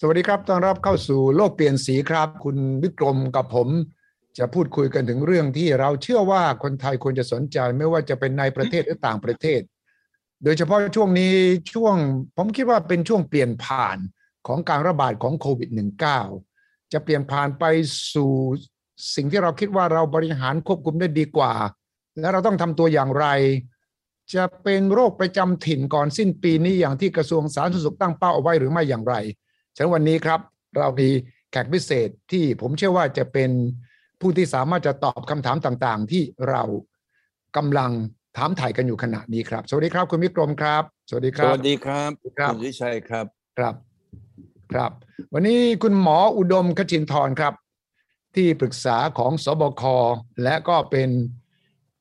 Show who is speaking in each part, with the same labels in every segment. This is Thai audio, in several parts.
Speaker 1: สวัสดีครับ ต้อนรับเข้าสู่โลกเปลี่ยนสีครับ คุณวิกรมกับผม จะพูดคุยกันถึงเรื่องที่เราเชื่อว่าคนไทยควรจะสนใจไม่ว่าจะเป็นในประเทศหรือต่างประเทศ โดยเฉพาะช่วงนี้ช่วงผมคิดว่าเป็นช่วงเปลี่ยนผ่านของการระบาดของโควิด -19 จะเปลี่ยนผ่านไปสู่สิ่งที่เราคิดว่าเราบริหารควบคุมได้ดีกว่า และเราต้องทำตัวอย่างไร จะเป็นโรคประจำถิ่นก่อนสิ้นปีนี้อย่างที่กระทรวงสาธารณสุขตั้งเป้าเอาไว้หรือไม่อย่างไร ฉะนั้นวันนี้ครับ เรามีแขกพิเศษที่ผมเชื่อว่าจะเป็นผู้ที่สามารถจะตอบคำถามต่างๆ ที่เรากำลังถามถ่ายกันอยู่ขณะนี้ครับ สวัสดีครับ คุณวิกรมครับ สวัสดีค
Speaker 2: ส
Speaker 1: รับ
Speaker 2: วัสดีครับ
Speaker 1: สวัสดีครับ
Speaker 2: ณวิชัยครับ
Speaker 1: ครับครับ วันนี้คุณหมออุดมขจินทร์ครับ ที่ปรึกษาของสบคและก็เป็น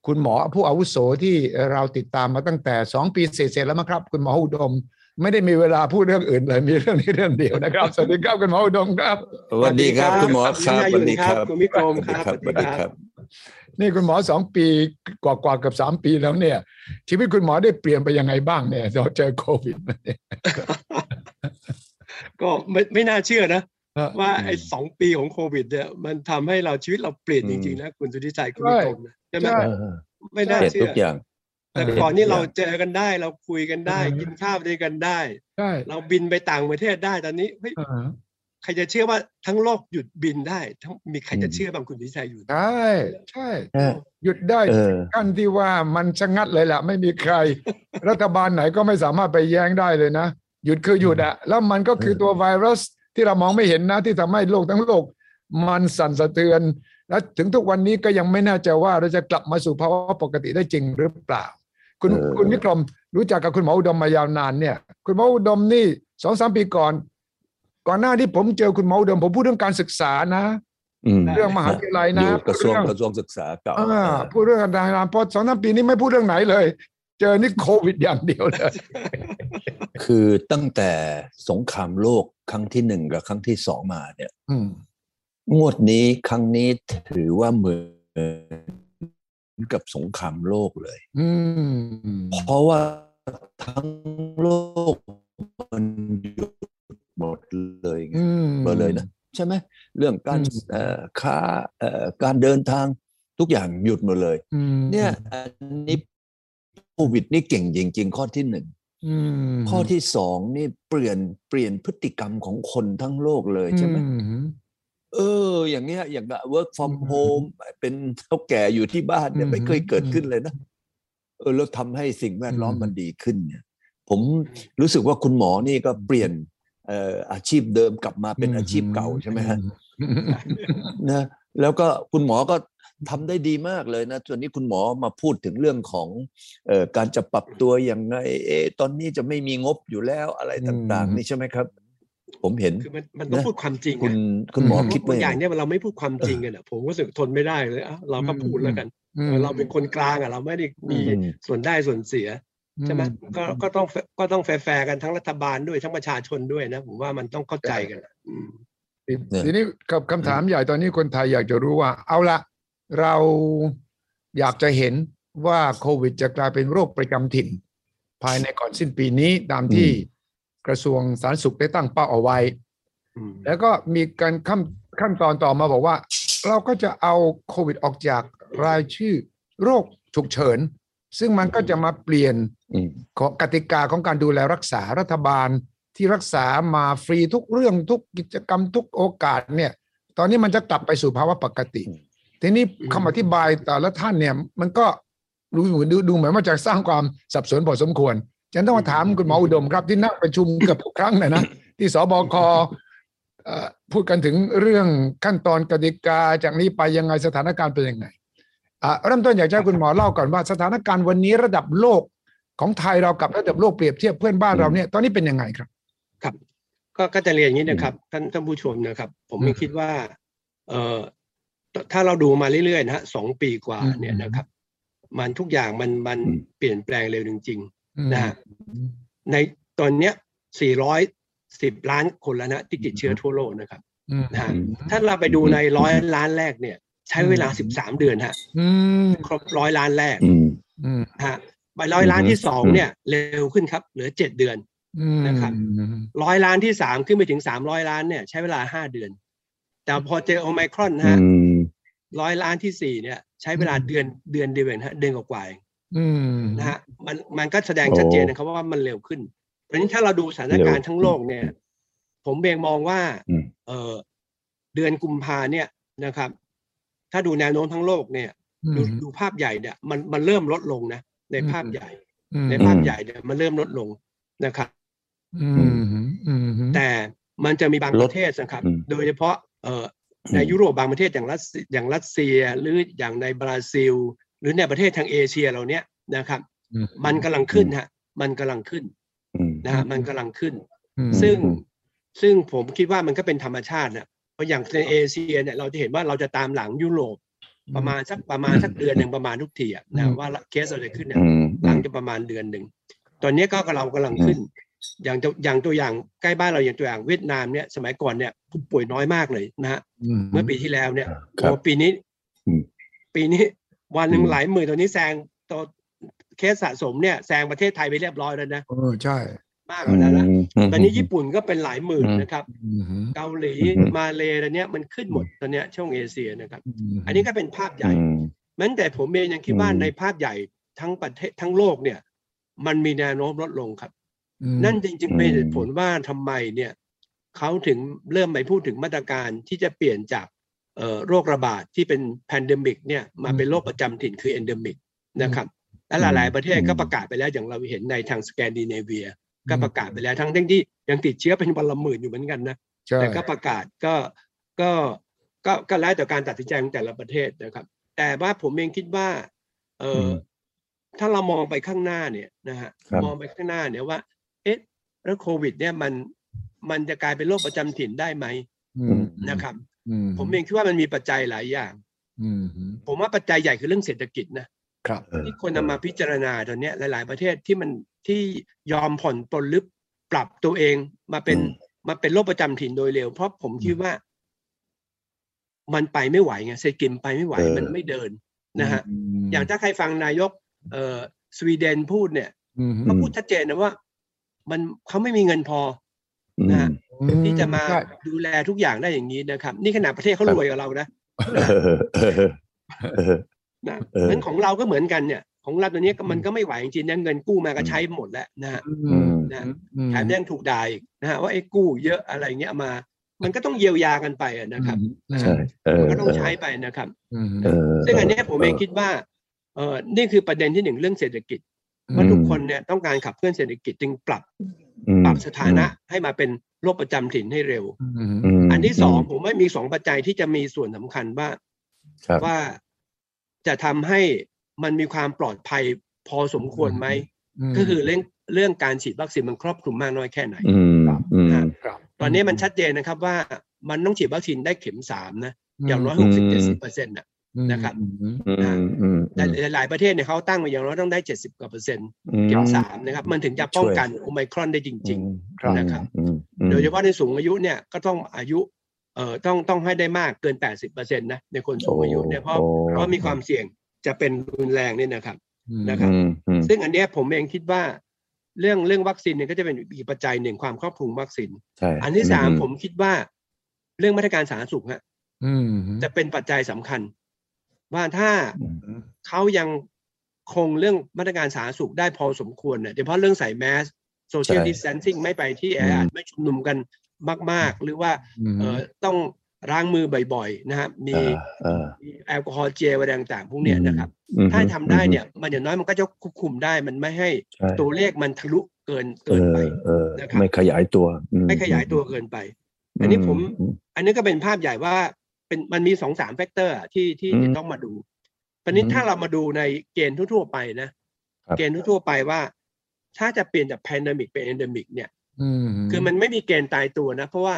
Speaker 1: คุณหมอผู้อาวุโสที่เราติดตามมาตั้งแต่ 2 ปีเศษๆแล้วมั้งครับ คุณหมออุดม ไม่ได้มีเวลาพูดเรื่องอื่นเลยมีเรื่องนี้เรื่องเดียวนะครับ สวัสดีครับคุณหมออุดมครับ
Speaker 2: สวัสดีครับคุณหมอครับ
Speaker 3: ส
Speaker 2: ส
Speaker 3: วั
Speaker 2: วั
Speaker 3: ส
Speaker 2: ส
Speaker 3: ดี
Speaker 2: ดี
Speaker 3: ค
Speaker 2: ค
Speaker 3: รั
Speaker 2: รั
Speaker 3: บบ คุณวิกรมครับ
Speaker 2: สวัสดีครับ
Speaker 1: นี่คุณหมอสองปีกว่ากว่าๆเกับสามปีแล้วเนี่ย ชีวิตคุณหมอได้เปลี่ยนไปยังไงบ้างเนี่ยเราเจอโควิด
Speaker 3: ก็ไม่ไม่น่าเชื่อนะ
Speaker 1: ฮะ
Speaker 3: ว่า
Speaker 2: อืม
Speaker 3: ไอ้สองปีของโควิดเนี่ยมันทำให้เราชีวิตเราเปลี่ยน
Speaker 2: อืม
Speaker 3: จริงๆนะคุณสุทธิชัยคุณ
Speaker 1: ใช่
Speaker 3: วิกรมนะใช่ไหม
Speaker 1: ใช่
Speaker 3: ไม่
Speaker 2: เป
Speaker 3: น่า
Speaker 2: ลี่ยน
Speaker 3: เชื่
Speaker 2: ทุ
Speaker 3: อก
Speaker 2: อย่าง
Speaker 3: แต่
Speaker 2: เปลี่ยน
Speaker 3: ก่อนนี่เรา
Speaker 2: ทุกอย่าง
Speaker 3: เจอกันได้เราคุยกันได้
Speaker 1: อืม
Speaker 3: กินข้าวด้วยกันได้
Speaker 1: ใช่
Speaker 3: เราบินไปต่างประเทศได้ตอนนี้เฮ้ย
Speaker 1: อ่า
Speaker 3: ใครจะเชื่อว่าทั้งโลกหยุดบินได้ทั้งมีใครจะเชื่อบ้างคุณสุทธิชัยอยู่
Speaker 1: ใช่ใช่
Speaker 2: เออ
Speaker 1: หยุดได้
Speaker 2: เออ
Speaker 1: ขั้นที่ว่ามันชะงัดเลยแหละไม่มีใคร รัฐบาลไหนก็ไม่สามารถไปแย้งได้เลยนะ หยุดคือหยุดอะแล้วมันก็คือตัวไวรัสที่เรามองไม่เห็นนะ ที่ทำให้โลกทั้งโลก มันสั่นสะเทือน และถึงทุกวันนี้ก็ยังไม่แน่ใจว่าเราจะกลับมาสู่ภาวะปกติได้จริงหรือเปล่า คุณ
Speaker 2: เออ
Speaker 1: คุณวิกรมรู้จักกับคุณหมออุดมมายาวนานเนี่ย คุณหมออุดมนี่สองสามปีก่อน ก่อนหน้าที่ผมเจอคุณหมออุดมผมพูดเรื่องการศึกษานะ
Speaker 2: ม
Speaker 1: เรื่องมหาวิทยาลัยนะ
Speaker 2: อยู่กระทรวง
Speaker 1: เอง
Speaker 2: กระทรวงศึกษาเก่า
Speaker 1: อ่าพูดเรื่องการทำงานเพอสองสามปีนี้ไม่พูดเรื่องไหนเลย เจอนี่โควิดอย่างเดียวเลย
Speaker 2: คือตั้งแต่สงครามโลกครั้งที่หนึ่งกับครั้งที่สองมาเนี่ย
Speaker 1: อืม
Speaker 2: งวดนี้ครั้งนี้ถือว่าเหมือนกับสงครามโลกเลย
Speaker 1: อืม
Speaker 2: เพราะว่าทั้งโลกมันหยุดหมดเลยไง
Speaker 1: อืม
Speaker 2: หมดเลยนะใช่ไหมเรื่องการ
Speaker 1: อืม
Speaker 2: เอ่อค้าเอ่อการเดินทางทุกอย่างหยุดหมดเลย
Speaker 1: อืม
Speaker 2: เนี่ยอันนี้โควิดนี่เก่งจริง ๆ ข้อที่หนึ่ง
Speaker 1: อืม
Speaker 2: ข้อที่สองนี่เปลี่ยนเปลี่ยนพฤติกรรมของคนทั้งโลกเลยใช่ไหม
Speaker 1: อืม
Speaker 2: เออ อย่างเงี้ยอย่างกับ work from
Speaker 1: อืม
Speaker 2: home เป็นเท่าแก่อยู่ที่บ้านเนี่ย
Speaker 1: อืม
Speaker 2: ไม่เคยเกิดขึ้นเลยนะเออแล้วทำให้สิ่งแวดล้อม
Speaker 1: อืม
Speaker 2: มันดีขึ้นเนี่ย ผมรู้สึกว่าคุณหมอนี่ก็เปลี่ยนเอ่ออาชีพเดิมกลับมาเป็นอาชีพเก่าใช่ไหมฮะ
Speaker 1: อืม
Speaker 2: นะแล้วก็คุณหมอก็ทำได้ดีมากเลยนะส่วนนี้คุณหมอมาพูดถึงเรื่องของเออการจะปรับตัวอย่างไงเอะตอนนี้จะไม่มีงบอยู่แล้วอะไรต่าง
Speaker 1: อืม
Speaker 2: ๆ นี่ใช่ไหมครับ ผมเห็น
Speaker 3: คือมันมันต้อง
Speaker 2: นะ
Speaker 3: พูดความจริง
Speaker 2: คุณ
Speaker 3: อะ
Speaker 2: คุณหมอ
Speaker 3: เพราะ
Speaker 2: คิด
Speaker 3: บา
Speaker 2: ว่าง
Speaker 3: อย่าง
Speaker 2: ไง
Speaker 3: เนี่ยเราไม่พูดความจริงกันอะผมก็รู้สึกทนไม่ได้เลยอ่ะเราก็พูดแล้วกัน
Speaker 1: อืม
Speaker 3: เออเราเป็นคนกลางอะเราไม่ได้มี
Speaker 2: อืม
Speaker 3: ส่วนได้ส่วนเสีย ใช่ไหมก็ก็ต้องก็ต้องแฟร์ๆกันทั้งรัฐบาลด้วยทั้งประชาชนด้วยนะ ผมว่ามันต้องเข้าใจกันอะอืม
Speaker 2: เนี่ย
Speaker 1: ทีนี้กับคำถามใหญ่ตอนนี้คนไทยอยากจะรู้ว่า เอาละเราอยากจะเห็นว่าโควิดจะกลายเป็นโรคประจำถิ่น ภายในก่อนสิ้นปีนี้ตามที่
Speaker 2: อื
Speaker 1: กระทรวงสาธารณสุขได้ตั้งเป้าเอาไว้ แล้วก็มีการขั้นขั้นตอนต่อมาบอกว่า เราก็จะเอาโควิดออกจากรายชื่อโรคฉุกเฉิน ซึ่งมันก็จะมาเปลี่ยน
Speaker 2: อืม
Speaker 1: ของกติกาของการดูแลรักษารัฐบาลที่รักษามาฟรีทุกเรื่องทุกกิจกรรมทุกโอกาสเนี่ย ตอนนี้มันจะกลับไปสู่ภาวะปกติ
Speaker 2: อืม
Speaker 1: ทีนี้
Speaker 3: อืม
Speaker 1: คำอธิบายแต่ละท่านเนี่ย มันก็ดูเหมือนดูดูเหมือนว่าจะสร้างความสับสนพอสมควร ฉันต้องมาถามคุณหมออุดมครับ ที่นั่งประชุมเกือบทุกครั้ง เลยนะ ที่สบคเอ่อพูดกันถึงเรื่องขั้นตอนกติกาจากนี้ไปยังไงสถานการณ์เป็นยังไงอ่ะเริ่มต้นอยากจะให้คุณหมอเล่าก่อนว่าสถานการณ์วันนี้ระดับโลกของไทยเรากับระดับโลกเปรียบเทียบเพื่อนบ้านเราเนี่ยตอนนี้เป็นยังไงครับ
Speaker 3: ก็ก็จะเรียนอย่างนี้นะครับท่านท่านผู้ชมนะครับ ผม
Speaker 1: อื
Speaker 3: ไม่
Speaker 1: ม
Speaker 3: คิดว่า เอ่อถ้าเราดูมาเรื่อยๆนะฮะสองปีกว่า
Speaker 1: อืม
Speaker 3: เนี่ยนะครับ มันทุกอย่างมันมัน
Speaker 2: อืม
Speaker 3: เปลี่ยนแปลงเร็วจริง
Speaker 1: อืม
Speaker 3: ๆ นะฮะในตอนเนี้ย 410 ล้านคนแล้วนะที่ติดเชื้อทั่วโลกนะครับ
Speaker 1: อืม
Speaker 3: นะฮะ
Speaker 2: อืม
Speaker 3: ถ้าเราไปดูในร้อยล้านแรกเนี่ย ใช้เวลา 13 เดือนฮะ
Speaker 1: อืม
Speaker 3: ครบร้อยล้านแรก
Speaker 2: อืม
Speaker 1: อืม
Speaker 3: ฮะใบร้อยล้าน
Speaker 2: อือฮึ
Speaker 3: ที่สอง
Speaker 2: อืม
Speaker 3: เนี่ย เร็วขึ้นครับ เหลือเจ็ดเดือน
Speaker 1: อืม
Speaker 3: นะครับ ร้อยล้านที่สามขึ้นไปถึงสามร้อยล้านเนี่ยใช้เวลาห้าเดือน แต่พอเจอโอไมครอนนะ
Speaker 2: อื
Speaker 3: ฮะ
Speaker 2: ม
Speaker 3: ร้อยล้านที่สี่เนี่ย ใช้เวลาเดือนเดือนเดียวเองฮะเดือนกว่าๆเอง
Speaker 1: อืม
Speaker 3: นะฮะมันมันก็แสดงชัดเจนนะครับว่ามันเร็วขึ้นเพราะฉะนั้นถ้าเราดูสถานการณ์ทั้งโลกเนี่ย ผมเองมองว่า
Speaker 2: อืม
Speaker 3: เออเดือนกุมภาเนี่ยนะครับ ถ้าดูแนวโน้มทั้งโลกเนี่ย
Speaker 1: อื
Speaker 3: ดู
Speaker 1: ม
Speaker 3: ดูภาพใหญ่เนี่ยมันมันเริ่มลดลงนะในภาพ
Speaker 1: อืม
Speaker 3: ใหญ่
Speaker 1: อืม
Speaker 3: ในภาพใหญ่เนี่ยมันเริ่มลดลงนะครับ
Speaker 1: อืมอืม
Speaker 3: แต่มันจะมีบาง
Speaker 2: ล
Speaker 3: ป
Speaker 2: ด
Speaker 3: ระเทศนะครับ
Speaker 2: อืม
Speaker 3: โดยเฉพาะเอ่อในยุโรปบางประเทศอย่างรัสเซียอย่างรัสเซียหรืออย่างในบราซิล หรือในประเทศทางเอเชียเราเนี้ยนะครับ มันกำลังขึ้นฮะมันกำลังขึ้น
Speaker 2: อืม
Speaker 3: นะฮะมันกำลังขึ้น
Speaker 1: อืม
Speaker 3: ซึ่ง
Speaker 2: อืม
Speaker 3: ซึ่งผมคิดว่ามันก็เป็นธรรมชาตินะเพราะอย่างในเอเชียเนี่ยเราจะเห็นว่าเราจะตามหลังยุโรปประมาณสักประมาณสักเดือนหนึ่งประมาณทุกทีอะ
Speaker 1: อื
Speaker 3: นะ
Speaker 1: ม
Speaker 3: ว่าเคสเราจะขึ้นเนี่ย
Speaker 2: อืม
Speaker 3: ห
Speaker 2: อื
Speaker 3: ลัง
Speaker 2: ม
Speaker 3: จะประมาณเดือนหนึ่ง ตอนนี้ก็เรากำลังขึ้น อย่างตัวอย่างตัวอย่างใกล้บ้านเราอย่างตัวอย่างเวียดนามเนี่ยสมัยก่อนเนี่ยผู้ป่วยน้อยมากเลยนะฮะ
Speaker 1: ม
Speaker 3: เมื่อปีที่แล้วเนี่ย
Speaker 2: ครับ
Speaker 3: โอ้ปีนี้
Speaker 2: อืม
Speaker 3: ปีนี้วันหนึ่ง
Speaker 2: อืม
Speaker 3: หลายหมื่นตอนนี้แซงตัวเคสสะสมเนี่ยแซงประเทศไทยไปเรียบร้อยแล้วนะ
Speaker 1: เออใช่
Speaker 3: มากกว่านั้นละ
Speaker 2: ม
Speaker 3: ตอนนี้ญี่ปุ่นก็เป็นหลายหมื่น
Speaker 2: อืม
Speaker 3: นะครับ
Speaker 1: อืม
Speaker 3: เกาหลี
Speaker 2: อืม
Speaker 3: มาเลอะไรเนี่ยมันขึ้นหมดตอนเนี้ยช่วงเอเชียนะครับ
Speaker 1: ม
Speaker 3: อันนี้ก็เป็นภาพใหญ่
Speaker 2: อืม
Speaker 3: แม้แต่ผมเองยังคิดว่า
Speaker 2: อืม
Speaker 3: ในภาพใหญ่ทั้งประเทศทั้งโลกเนี่ย มันมีแนวโน้มลดลงครับ
Speaker 1: อืม
Speaker 3: นั่นจริงๆเป็นเหตุผลว่าทำไมเนี่ยเขาถึงเริ่มไปพูดถึงมาตรการที่จะเปลี่ยนจากเอ่อโรคระบาดที่เป็น p a n d e m i c เนี่ยมาเป็นโรคประจำถิ่นคือ endemic นะครับและหลายๆประเทศก็ประกาศไปแล้วอย่างเราเห็นในทางสแกนดิเนเวีย ก็ประกาศไปแล้วทั้งที่ ยังติดเชื้อเป็นวันละหมื่นอยู่เหมือนกันนะ
Speaker 1: ใช่
Speaker 3: แต่ก็ประกาศก็ก็ก็ก็แล้วแต่การตัดสินใจของแต่ละประเทศนะครับ แต่ว่าผมเองคิดว่า เอออ
Speaker 2: ม
Speaker 3: ถ้าเรามองไปข้างหน้าเนี่ยนะฮะ
Speaker 2: ครับ
Speaker 3: มองไปข้างหน้าเนี่ยว่า เอ๊ะแล้วโควิด เนี่ยมันมันจะกลายเป็นโรคประจำถิ่นได้ไหม
Speaker 1: อืม
Speaker 3: นะครับ
Speaker 1: อื
Speaker 3: ผมเองคิดว่ามันมีปัจจัยหลายอย่าง
Speaker 1: อืม
Speaker 3: ผมว่าปัจจัยใหญ่คือเรื่องเศรษฐกิจนะครับ
Speaker 2: เออ
Speaker 3: ที่คนนำมาพิจารณาตอนเนี้ยหลาย ๆ ประเทศที่มันที่ยอมผ่อนปลนหรือปรับตัวเองมาเป็น
Speaker 2: อืม
Speaker 3: มาเป็นโรคประจำถิ่นโดยเร็ว เพราะผมคิดว่า มันไปไม่ไหวไงเศรษฐกิจไปไม่ไหว
Speaker 2: เออ
Speaker 3: มันไม่เดินนะฮะ อย่างถ้าใครฟังนายกเอ่อสวีเดนพูดเนี่ย
Speaker 1: อืม
Speaker 3: เขาพูดชัดเจนนะว่า มันเขาไม่มีเงินพอ
Speaker 2: อืม
Speaker 3: นะฮะที่จะมา
Speaker 1: ใช่
Speaker 3: ดูแลทุกอย่างได้อย่างนี้นะครับ นี่ขนาดประเทศ
Speaker 2: ค
Speaker 3: เขา
Speaker 2: รับ
Speaker 3: รวยกว่าเรานะ
Speaker 2: เออเออเออ
Speaker 3: นะ
Speaker 2: เออ
Speaker 3: เหมือนของเราก็เหมือนกันเนี่ยของเราตัวเนี้ยก็มันก็ไม่ไหวจริงๆนะเงินกู้มาก็ใช้หมดแล้วนะฮะ
Speaker 1: อืม
Speaker 3: นะ
Speaker 1: อืม
Speaker 3: แถมยังถูกด่าอีกนะฮะว่าไอ้กู้เยอะอะไรเงี้ยมา มันก็ต้องเยียวยากันไปอะนะครับ
Speaker 2: ใช่เออ
Speaker 3: มันก็ต้องใช้ไปนะครับ
Speaker 1: อืม
Speaker 2: เออ
Speaker 3: ซึ่งอันเนี้ยผมเองคิดว่าเออนี่คือประเด็นที่หนึ่งเรื่องเศรษฐกิจ
Speaker 2: อืม
Speaker 3: ว่าทุกคนเนี่ยต้องการขับเคลื่อนเศรษฐกิจจึงปรับ
Speaker 2: อืม
Speaker 3: ปรับสถานะให้มาเป็นโรคประจำถิ่นให้เร็ว
Speaker 1: อืม
Speaker 2: ม
Speaker 3: อันที่สองผมว่ามีสองปัจจัยที่จะมีส่วนสำคัญว่า
Speaker 2: ครับ
Speaker 3: ว่าจะทำให้มันมีความปลอดภัยพอสมควรไหม ก็คือเรื่องเรื่องการฉีดวัคซีนมันครอบคลุมมากน้อยแค่ไหน
Speaker 2: อืมอืม
Speaker 1: ครับ
Speaker 3: ตอนนี้มันชัดเจนนะครับว่ามันต้องฉีดวัคซีนได้เข็มสามนะอย่างน้อย
Speaker 2: อื
Speaker 3: ห
Speaker 2: ม
Speaker 3: กสิบเจ็ดสิบเปอร์เซ็นต์อ่ะ นะครับ
Speaker 1: อืม
Speaker 2: อืมอืม
Speaker 3: แต่หลายๆประเทศเนี่ยเขาตั้งไว้อย่างน้อยต้องได้เจ็ดสิบกว่าเปอร์เซ็นต์
Speaker 2: อื
Speaker 3: เข็มสามนะครับ มันถึงจะป้องกันโอไมครอนได้จริง
Speaker 2: ครับ
Speaker 3: นะครับ
Speaker 2: อืมอืม
Speaker 3: ๆ โดยเฉพาะในสูงอายุเนี่ยก็ต้องอายุเอ่อต้องต้องให้ได้มากเกินแปดสิบเปอร์เซ็นต์นะในคนสูงอายุเนี่ยเพราะ
Speaker 2: โอ้
Speaker 3: เพราะมีความเสี่ยงจะเป็นรุนแรงเนี่ยนะครับ นะครั
Speaker 2: อื
Speaker 3: บ
Speaker 2: มอืม
Speaker 3: ซึ่งอันเนี้ยผมเองคิดว่าเรื่องเรื่องวัคซีนเนี่ยก็จะเป็นอีกปัจจัยหนึ่งความครอบคลุมวัคซีน
Speaker 2: ใช่
Speaker 3: อันที่สามผมคิดว่า เรื่องมาตรการสาธารณสุขฮะ
Speaker 1: อืม
Speaker 3: จะเป็นปัจจัยสำคัญ ว่าถ้า
Speaker 2: อืม
Speaker 3: เขายังคงเรื่องมาตรการสาธารณสุขได้พอสมควรเนี่ยโดยเฉพาะเรื่องใส่แมสโซเชียลดิสแ n นซิ่งไม่ไปที่แออัดไม่ชุมนุมกันมาก ๆ หรือว่าเออต้องล้างมือบ่อยๆ นะครับมี
Speaker 2: เอ่อเอ่อ
Speaker 3: มีแอลกอฮอล์เจลอะไรต่างๆ พวกเนี้ยนะครับ
Speaker 2: อืม
Speaker 3: ถ้าทำได้เนี่ย มันอย่างน้อยมันก็จะควบคุมได้มันไม่ให้
Speaker 2: ใช่
Speaker 3: ตัวเลขมันทะลุเกิน
Speaker 2: เอ
Speaker 3: เกิน
Speaker 2: อ
Speaker 3: ไป
Speaker 2: เออ
Speaker 3: นะครับ
Speaker 2: ไม่ขยายตัวอื
Speaker 3: ไม่ขยายตัวเกินไป อันนี้ผม
Speaker 2: อื
Speaker 3: อันนี้ก็เป็นภาพใหญ่ว่าเป็นมันมีสองสามแฟกเตอร์ที่ที่
Speaker 2: อืม
Speaker 3: จะต้องมาดูตอนนี้ถ้าเรามาดูในเกณฑ์ทั่วๆไปนะ
Speaker 2: ครับ
Speaker 3: เกณฑ์ทั่วๆไปว่า ถ้าจะเปลี่ยนจาก p a n d e m i c เป็น endemic เนี่ย
Speaker 1: ม
Speaker 3: คือมันไม่มีเกณฑ์ตายตัวนะ เพราะว่า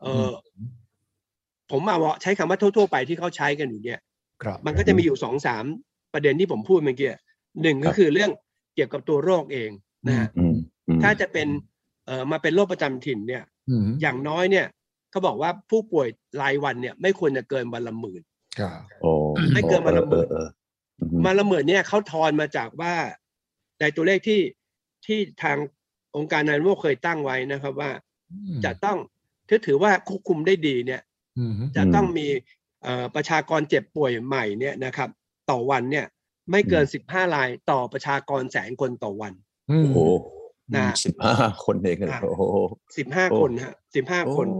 Speaker 3: เอออ
Speaker 1: ม
Speaker 3: ผมเอาว่าใช้คำว่าทั่วๆไปที่เขาใช้กันอยู่เนี่ย
Speaker 1: ครับ
Speaker 3: มันก็จะมีอยู่สองสามประเด็นที่ผมพูดเมื่อกี้หนึ่งก็คือเรื่องเกี่ยวกับตัวโรคเองนะฮะ
Speaker 2: อืมอืม
Speaker 3: ถ้าจะเป็นเออมาเป็นโรคประจำถิ่นเนี่ย
Speaker 1: อืม
Speaker 3: อย่างน้อยเนี่ยเขาบอกว่าผู้ป่วยรายวันเนี่ยไม่ควรจะเกินวันละหมื่น
Speaker 1: ครับ
Speaker 2: โอ้
Speaker 3: ไม่เกินวันละหมื่น
Speaker 2: เออเออเออ
Speaker 3: วันละหมื่นเนี่ยเขาทอนมาจากว่าในตัวเลขที่ที่ทาง องค์การอนามัยโลกเคยตั้งไว้นะครับว่า
Speaker 1: อืม
Speaker 3: จะต้องถ้าถือว่าควบคุมได้ดีเนี่ย
Speaker 1: อืม
Speaker 3: จะต้องมีเอ่อประชากรเจ็บป่วยใหม่เนี่ยนะครับ ต่อวันเนี่ยไม่เกิน 15รายต่อประชากรแสนคนต่อวัน
Speaker 2: โอ้โห
Speaker 3: นะ
Speaker 2: สิบห้าคนเองเหรอโอ้โห โอ้
Speaker 3: 15 คนฮะ15 คน
Speaker 2: โ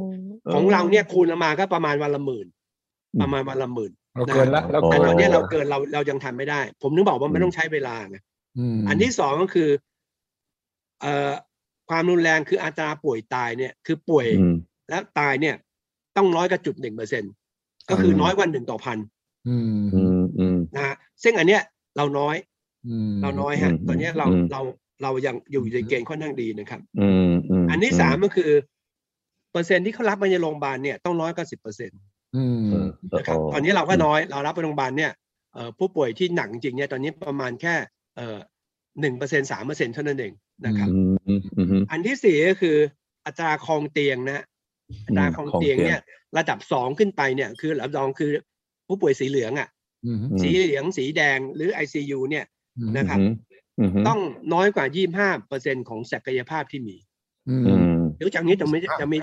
Speaker 3: ของเราเนี่ยคูณออกมาก็ประมาณวันละหมื่น
Speaker 2: อืม
Speaker 3: ประมาณวันละหมื่น
Speaker 1: เราเกินละเรา
Speaker 2: โอ้
Speaker 3: แต่
Speaker 1: เกิน
Speaker 3: ตอน
Speaker 1: ละ
Speaker 3: เนี้ยเราเกินเราเรายังทำไม่ได้ ผมนึกบอกว่ามัน
Speaker 2: อืม
Speaker 3: ต้องใช้เวลาไง
Speaker 1: ม
Speaker 3: อันที่สองก็คือเอ่อความรุนแรงคืออัตราป่วยตายเนี่ยคือป่วย
Speaker 2: อืม
Speaker 3: และตายเนี่ย ต้องน้อยกว่าจุดหนึ่งเปอร์เซ็นก็คืออ
Speaker 2: ม
Speaker 3: น้อยกว่าหนึ่งต่อพัน
Speaker 1: อืม
Speaker 2: อืมอืม
Speaker 3: นะฮะซึ่งอันเนี้ยเราน้อย
Speaker 1: อืม
Speaker 3: เราน้อยฮะ
Speaker 2: อืม
Speaker 3: ตอนเนี้ยเรา
Speaker 2: อืม
Speaker 3: เราเรายังอยู่ในเกณฑ์ค่อนข้างดีนะครับ
Speaker 2: อืมอืม
Speaker 3: อันที่สามก็คือ เปอร์เซ็นต์ที่เขารับมาในโรงพยาบาลเนี่ยต้องน้อยกว่าสิบเปอร์เซ็นต์
Speaker 1: อืม
Speaker 2: อืม
Speaker 3: นะครับ ตอนนี้เราก็น้อย เรารับไปโรงพยาบาลเนี่ยเอ่อผู้ป่วยที่หนักจริงๆเนี่ยตอนนี้ประมาณแค่เอ่อหนึ่งเปอร์เซ็นสามเปอร์เซ็นเท่านั้นเองนะครับ
Speaker 2: อืมอืมอืม
Speaker 3: อันที่สี่ก็คืออัตราครองเตียงนะอัตราครองเตียงเนี่ย ระดับสองขึ้นไปเนี่ย คือระดับสองคือผู้ป่วยสีเหลืองอ่ะ
Speaker 1: อืม
Speaker 2: อืม
Speaker 3: สีเหลืองสีแดงหรือ ICU เนี่ย
Speaker 1: อืม
Speaker 3: นะครับ
Speaker 2: อืมม
Speaker 3: ต้องน้อยกว่า 25%ของศักยภาพที่มี
Speaker 1: อื
Speaker 2: อื
Speaker 1: ม
Speaker 2: ม
Speaker 3: เดี๋ยวจากนี้จะมี
Speaker 1: ครับ
Speaker 3: จะมี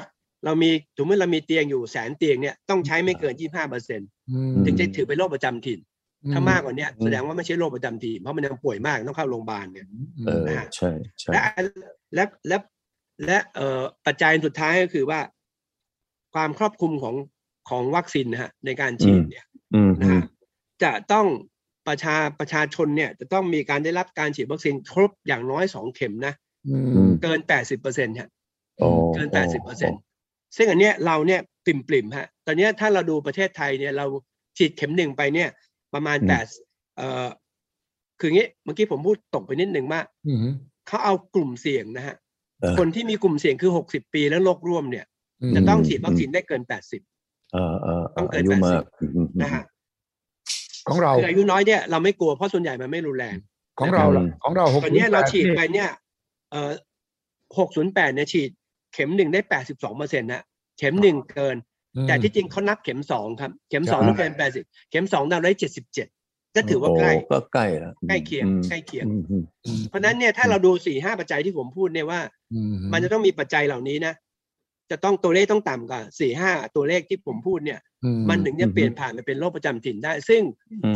Speaker 3: เรามีสมมติเรามีเตียงอยู่แสนเตียงเนี่ยต้องใช้ไม่เกิน 25เปอร์เซ็นต์
Speaker 1: อืม
Speaker 3: ถึงจะถือเป็นโรคประจำถิ่น ถ้ามากกว่าเนี้ย
Speaker 2: อืม
Speaker 3: แสดงว่าไม่ใช่โรคประจำถิ่นเพราะมันยังป่วยมากต้องเข้าโรงพยาบาลเนี่ย
Speaker 1: ม
Speaker 2: เออใช่ใช่
Speaker 3: และและและและเอ่อปัจจัยสุดท้ายก็คือว่า ความครอบคลุมของของวัคซีนนะฮะในการฉีดเนี่ย
Speaker 2: อืม
Speaker 3: นะ
Speaker 2: อืม
Speaker 3: ฮะจะต้องประชาประชาชนเนี่ย จะต้องมีการได้รับการฉีดวัคซีนครบอย่างน้อยสองเข็มนะ
Speaker 1: อืม
Speaker 2: อืม
Speaker 3: เกิน 80เปอร์เซ็นต์ฮะ
Speaker 2: อ๋อ
Speaker 3: เกิน 80เปอร์เซ็นซึ่งอันเนี้ยเราเนี่ยปริ่มๆฮะ ตอนเนี้ยถ้าเราดูประเทศไทยเนี่ยเราฉีดเข็มหนึ่งไปเนี่ย ประมาณแปดเอ่อคืองี้เมื่อกี้ผมพูดตกไปนิดหนึ่งว่า
Speaker 1: อืม
Speaker 3: เขาเอากลุ่มเสี่ยงนะฮะ
Speaker 2: เออ
Speaker 3: คนที่มีกลุ่มเสี่ยงคือ 60 ปีแล้วโรคร่วมเนี่ย
Speaker 1: อืม
Speaker 3: จะต้อง
Speaker 2: อืม
Speaker 3: ฉีดวัคซีนได้เกิน 80
Speaker 2: อ่าอ่า
Speaker 3: ต้องเกิน
Speaker 2: อายุมาก
Speaker 3: 80
Speaker 2: อืมอืมอืม
Speaker 3: นะฮะ
Speaker 1: ของเรา
Speaker 3: คืออายุน้อยเนี่ยเราไม่กลัวเพราะส่วนใหญ่มันไม่รุนแรง
Speaker 1: ของเราล่ะ
Speaker 2: อืม
Speaker 1: ของเราหก
Speaker 3: ตอนเนี้ยเราฉีดไปเนี่ยเอ่อ608เนี่ยฉีดเข็มหนึ่งได้ 82เปอร์เซ็นต์นะเข็มหนึ่งเกิน แต่ที่จริงเขานับเข็มสองครับ เข็มสอง
Speaker 2: ครับ
Speaker 3: ต้องเป็นแปดสิบเข็มสองนับได้เจ็ดสิบเจ็ดก็ถือว่าใกล้
Speaker 2: โก็ใกล้แล้ว
Speaker 3: ใกล้เคียง
Speaker 2: อืม
Speaker 3: ใกล้เคียง
Speaker 2: อืมอืม
Speaker 1: อืม
Speaker 3: เพราะฉะนั้นเนี่ยถ้าเราดูสี่ห้าปัจจัยที่ผมพูดเนี่ยว่า
Speaker 1: อื
Speaker 3: มันจะต้องมีปัจจัยเหล่านี้นะ จะต้องตัวเลขต้องต่ำกว่าสี่ห้าตัวเลขที่ผมพูดเนี่ย
Speaker 1: อืม
Speaker 3: มันถึงจะ
Speaker 2: อืม
Speaker 3: เปลี่ยนผ่านไปเป็นโรคประจำถิ่นได้ ซึ่ง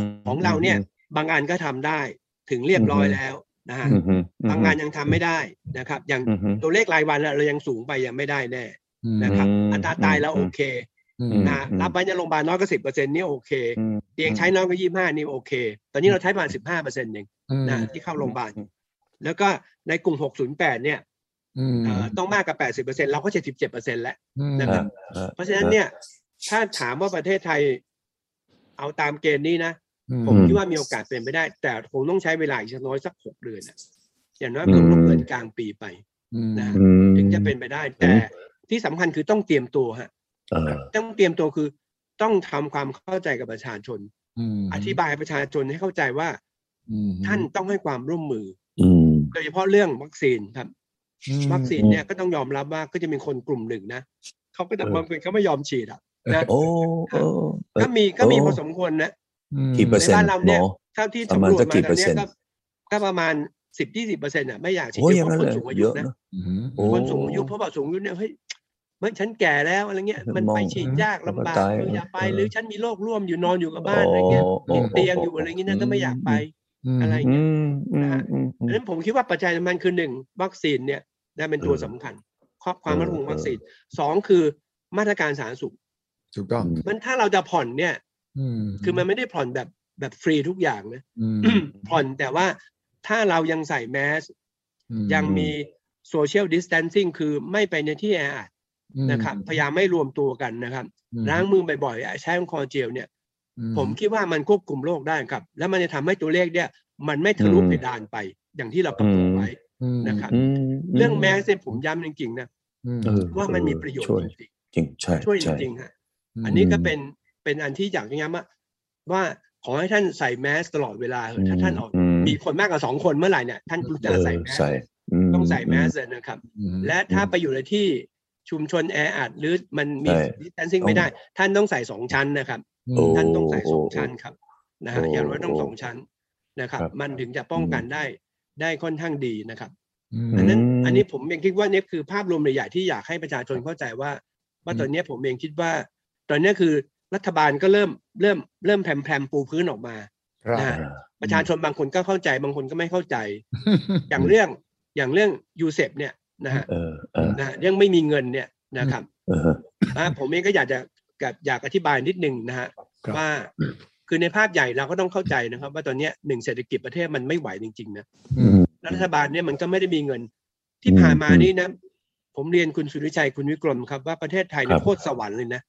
Speaker 2: ม
Speaker 3: ของเราเนี่ยบางอันก็ทำได้ถึงเรียบร้อย
Speaker 2: อืม
Speaker 3: แล้วนะฮะ
Speaker 2: อืมอืม
Speaker 3: บางงานยังทำไม่ได้นะครับ อย่าง
Speaker 2: อืมอืม
Speaker 3: ตัวเลขรายวันเรายังสูงไปยังไม่ได้แน่นะครับ
Speaker 2: อืม
Speaker 3: อัตราตายเราโอเค
Speaker 1: อืม
Speaker 3: นะฮะ
Speaker 2: อืม
Speaker 3: รับไว้ในโรงพยาบาลน้อยกว่าสิบเปอร์เซ็นต์นี่ยโอเค
Speaker 2: อืม
Speaker 3: เตียงใช้น้อยกว่ายี่ห้านี่โอเค ตอนนี้เราใช้ประมาณสิบห้าเปอร์เซ็นต์เองนะที่เข้าโรงพยาบาล
Speaker 2: อืม
Speaker 3: แล้วก็ในกลุ่มหกศูนย์แปดเนี่ย
Speaker 1: อืม
Speaker 3: เอ่อต้องมากกว่าแปดสิบเปอร์เซ็นต์เราก็เจ็ดสิบเจ็ดเปอร์เซ็นต์แล้ว
Speaker 1: อืม
Speaker 3: นะ
Speaker 2: อ่า
Speaker 3: ครับ
Speaker 2: อ่า
Speaker 3: เพราะฉะนั้นเนี่ย ถ้าถามว่าประเทศไทยเอาตามเกณฑ์นี้นะ
Speaker 1: อื
Speaker 3: ผม
Speaker 1: ม
Speaker 3: คิดว่ามีโอกาสเป็นไปได้ แต่คงต้องใช้เวลาอีกสักน้อยสักหกเดือนนะอย่างน้อย
Speaker 2: อื
Speaker 3: ค
Speaker 2: ม
Speaker 3: งต้องเกินกลางปีไป
Speaker 1: อืม
Speaker 3: นะ
Speaker 2: อืม
Speaker 3: ถึงจะเป็นไปได้ แต่
Speaker 2: อืม
Speaker 3: ที่สำคัญคือต้องเตรียมตัวฮะ
Speaker 2: อ่า
Speaker 3: ต้องเตรียมตัวคือ ต้องทำความเข้าใจกับประชาชน
Speaker 1: อืม
Speaker 3: อธิบายประชาชนให้เข้าใจว่า
Speaker 1: อืม
Speaker 3: ท่านต้องให้ความร่วมมือ
Speaker 2: อืม
Speaker 3: โดยเฉพาะเรื่องวัคซีนครับ
Speaker 1: อืม
Speaker 3: วัคซีนเนี่ยก็ต้องยอมรับว่าก็จะมีคนกลุ่มหนึ่งนะเขาก็จะ
Speaker 2: เออ
Speaker 3: บางคนเขาไม่ยอมฉีดอ่ะนะ
Speaker 2: โอ้โอ้เอ้ย
Speaker 3: ก็มีก็มี
Speaker 2: โอ้
Speaker 3: พอสมควรนะ
Speaker 2: กี่เปอร์เซ็นต์
Speaker 3: ในบ้านเรา
Speaker 2: ห
Speaker 3: เนี่
Speaker 2: มอ
Speaker 3: ย เท่าที่
Speaker 2: ประมาณ
Speaker 3: สำรวจ
Speaker 2: สัก
Speaker 3: มา
Speaker 2: กี่
Speaker 3: ตอน
Speaker 2: เปอร์
Speaker 3: เนี้
Speaker 2: เซ็
Speaker 3: ย
Speaker 2: นต์
Speaker 3: ก็ก็ประมาณสิบยี่สิบเปอร์เซ็นต์อ่ะไม่อยากฉีด
Speaker 2: โอ้ย
Speaker 3: เฉ
Speaker 2: อย่าง
Speaker 3: พาะ
Speaker 2: นั้นเล
Speaker 3: คน
Speaker 2: ย
Speaker 3: สูงอา
Speaker 2: เย
Speaker 3: ยุ
Speaker 2: อะ
Speaker 3: นะ
Speaker 2: นะ
Speaker 1: อืม
Speaker 2: โอ้
Speaker 3: คนสูงอายุเพราะแบบสูงอายุเนี่ยเฮ้ยเมื่อฉันแก่แล้วอะไรเงี้ยมัน
Speaker 2: มอง
Speaker 3: ไปฉีดยากลำบาก
Speaker 2: แล้วก็ตาย
Speaker 3: หรืออย่าไป
Speaker 2: เออ
Speaker 3: หรือฉันมีโรคร่วมอยู่นอนอยู่กับบ้านอะไรเงี้ยติดเตียงอยู่อะไรเงี้ยนะก็ไม่อยากไป อะไรเงี้ย
Speaker 2: อืมอืมอืมอื
Speaker 3: ดัง
Speaker 2: ม
Speaker 3: นั้นผมคิดว่าปัจจัยสำคัญคือหนึ่งวัคซีนเนี่ยได้เป็นตัว
Speaker 2: เออ
Speaker 3: สำคัญ ครอบความ
Speaker 2: เออ
Speaker 3: มั่นคงวัค
Speaker 2: เออ
Speaker 3: ซีนสองคือมาตรการสาธารณสุข
Speaker 1: ถูกต้อง
Speaker 3: มันถ้าเราจะผ่อนเนี่ย
Speaker 1: ม
Speaker 3: คือมันไม่ได้ผ่อนแบบแบบฟรีทุกอย่างนะ
Speaker 1: อืม
Speaker 3: ผ่อนแต่ว่าถ้าเรายังใส่แมส
Speaker 1: อืม
Speaker 3: ยังมีโซเชียลดิส a ทนซิ่งคือไม่ไปในที่แออัดนะครับ พยายามไม่รวมตัวกันนะครับ
Speaker 1: อืม
Speaker 3: ล้างมือบ่อยๆใช้แอลกอฮอล์เจลเนี่ย
Speaker 1: อื
Speaker 3: ผมคิดว่ามันควบคุมโรคได้ครับ แล้วมันจะทำให้ตัวเลขเนี่ย มันไม่ทะลุ
Speaker 2: อืม
Speaker 3: เพดานไป อย่างที่เราประกาศไว้ นะครับ
Speaker 2: อืม
Speaker 3: เรื่องแมสเนี่ยผมย้ำจริงๆนะ
Speaker 2: เออ
Speaker 3: ว่ามันมีประโยชน์
Speaker 2: ช่วย
Speaker 3: จริง
Speaker 2: จริงใช่
Speaker 3: ๆช่วยจ
Speaker 2: ใช่
Speaker 3: ริงๆฮะ
Speaker 1: อืม
Speaker 3: อันนี้ก็เป็นเป็นอันที่อยากจะย้ำว่าว่าขอให้ท่านใส่แมสตลอดเวลาเถ
Speaker 2: อืม
Speaker 3: อะถ้าท่านออก
Speaker 2: อืม
Speaker 3: มีคนมากกว่าสองคนเมื่อไหร่เนี่ยท่านรู้จัก
Speaker 2: เออ
Speaker 3: ใส่แมส
Speaker 2: ใส่ม
Speaker 3: ต้องใส่แมส
Speaker 2: อื
Speaker 3: เลยนะครับ
Speaker 1: อืม
Speaker 3: และถ้าไปอยู่ในที่ชุมชนแออัดหรือมันมี
Speaker 2: ใช่
Speaker 3: ดิสแตนซิ่งไม่ได้ ท่านต้องใส่สองชั้นนะครับ
Speaker 2: โอ้
Speaker 3: ท่านต้องใส่สองชั้นครับนะฮะ
Speaker 2: โอ้
Speaker 3: อย่างน้อยต้องสองชั้นนะครับ
Speaker 2: ครับ
Speaker 3: มันถึงจะป้องกัน
Speaker 2: อืม
Speaker 3: ได้ได้ค่อนข้างดีนะครับ
Speaker 1: อืม
Speaker 3: อันนั้น
Speaker 2: อืม
Speaker 3: อันนี้ผมเองคิดว่าเนี่ยคือภาพรวมใหญ่ๆที่อยากให้ประชาชนเข้าใจว่า ว่าตอนเนี้ยผมเองคิดว่า ตอนเนี้ยคือรัฐบาลก็เริ่มเริ่มเริ่มแผ่มๆปูพื้นออกมา
Speaker 1: ครับ
Speaker 3: อ่า ประชาชนบางคนก็เข้าใจบางคนก็ไม่เข้าใจ อ
Speaker 1: อย่าง
Speaker 3: เรื่องอย่างเรื่องยูเซเนี่ยนะฮะ
Speaker 2: เออเออ
Speaker 3: นะฮะเรื่องไม่มีเงินเนี่ยนะครับ
Speaker 2: เออ
Speaker 3: อ่าผมเองก็อยากจะกับอยากอธิบายนิดนึงนะฮะ
Speaker 1: ครับ
Speaker 3: ว่าคือในภาพใหญ่เราก็ต้องเข้าใจนะครับ ว่าตอนเนี้ยหนึ่งเศรษฐกิจประเทศมันไม่ไหวจริงๆนะ รัฐบาลเนี่ยมันก็ไม่ได้มีเงิน ที่ผ่านมา
Speaker 2: อืม
Speaker 3: นี่นะ ผมเรียนคุณสุริชัยคุณวิกรมครับว่าประเทศไทยเนี่
Speaker 2: ครับ
Speaker 3: ยโคตรสวรรค์เลยนะ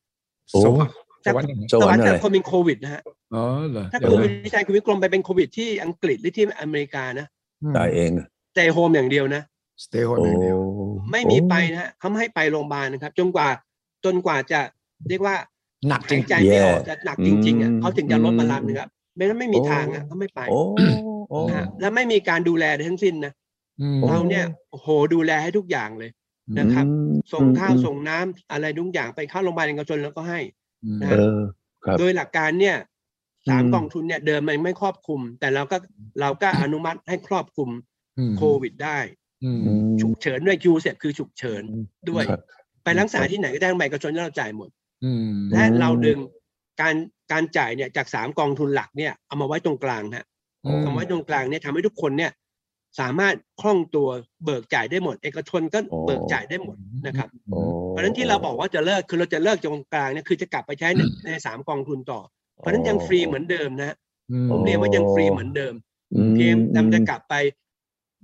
Speaker 2: โอ้
Speaker 1: สวรรค์สวรรค์ยังไง
Speaker 2: สวรรค์
Speaker 3: ส
Speaker 2: อะ
Speaker 3: จา
Speaker 2: ไร
Speaker 3: กคนเป็นโควิดนะฮะ
Speaker 1: อ๋อเหรอ
Speaker 3: ถ้า
Speaker 2: เดี๋ยว
Speaker 3: คุณ
Speaker 2: นะ
Speaker 3: สุริชัยคุณวิกรมไปเป็นโควิดที่อังกฤษหรือที่อเมริกานะ
Speaker 2: ตายเอง
Speaker 3: แต่โฮมอย่างเดียวนะ
Speaker 1: สเตย์โฮม
Speaker 2: โอ้
Speaker 1: อย่างเดียว
Speaker 3: ไม่มีไปนะฮะเขาไม่ให้ไปโรงพยาบาลนะครับ จนกว่าจนกว่าจะเรียกว่า
Speaker 1: หนักจริ
Speaker 3: หาง ยใจไม่ออกจะหนักจริงๆอ่ะ
Speaker 2: อืม
Speaker 3: เขาถึงจะลดมารับนะครับไม่งั้นไม่มีทางอ่ะเขาไม่ไป
Speaker 2: โอ้โอ้
Speaker 3: นะฮะแล้วไม่มีการดูแลทั้งสิ้นนะ
Speaker 1: อืม
Speaker 2: โอ้
Speaker 3: เราเนี่ยโอ้โหดูแลให้ทุกอย่างเลย
Speaker 1: อื
Speaker 3: นะ
Speaker 1: ม
Speaker 3: ครับ
Speaker 2: อืม
Speaker 3: ส่งข้าว
Speaker 2: อืม
Speaker 3: ส่งน้ำอะไรทุกอย่างไปเข้าโรงพยาบาลเอกชนแล้วก็ให้
Speaker 1: อืม
Speaker 3: นะ
Speaker 2: เออครับ
Speaker 3: โดยหลักการเนี่ยสาม
Speaker 2: อืม
Speaker 3: กองทุนเนี่ยเดิมมันไม่ครอบคลุม แต่เราก็เราก็อนุมัติให้ครอบคลุม
Speaker 1: อืม
Speaker 3: โควิดได้
Speaker 1: อืม
Speaker 2: อืม
Speaker 3: ฉุกเฉินด้วยคิวเสร็จคือฉุกเฉินด้วย
Speaker 2: ครับ
Speaker 3: ไปรักษาที่ไหนก็ได้ไปเอกชนแล้วเราจ่ายหมด
Speaker 1: อืม
Speaker 3: และ
Speaker 2: อืม
Speaker 3: เราดึงการการจ่ายเนี่ยจากสามกองทุนหลักเนี่ยเอามาไว้ตรงกลางฮะ
Speaker 1: อืม
Speaker 3: เอามาไว้ตรงกลางเนี่ยทำให้ทุกคนเนี่ยสามารถคล่องตัวเบิกจ่ายได้หมด เอกชนก็เบิกจ่ายได้หมดนะครับ
Speaker 2: โอ้
Speaker 3: เพราะฉะนั้นที่เราบอกว่าจะเลิกคือเราจะเลิกจากกองกลางเนี่ยคือจะกลับไปใช้ในในสามกองทุนต่อ เพราะฉะนั้นยังฟรีเหมือนเดิมนะฮะ
Speaker 1: อืม
Speaker 3: ผมเรียกว่ายังฟรีเหมือนเดิม
Speaker 2: อื
Speaker 3: เพียงแต่มันจะ
Speaker 2: อืม
Speaker 3: กลับไป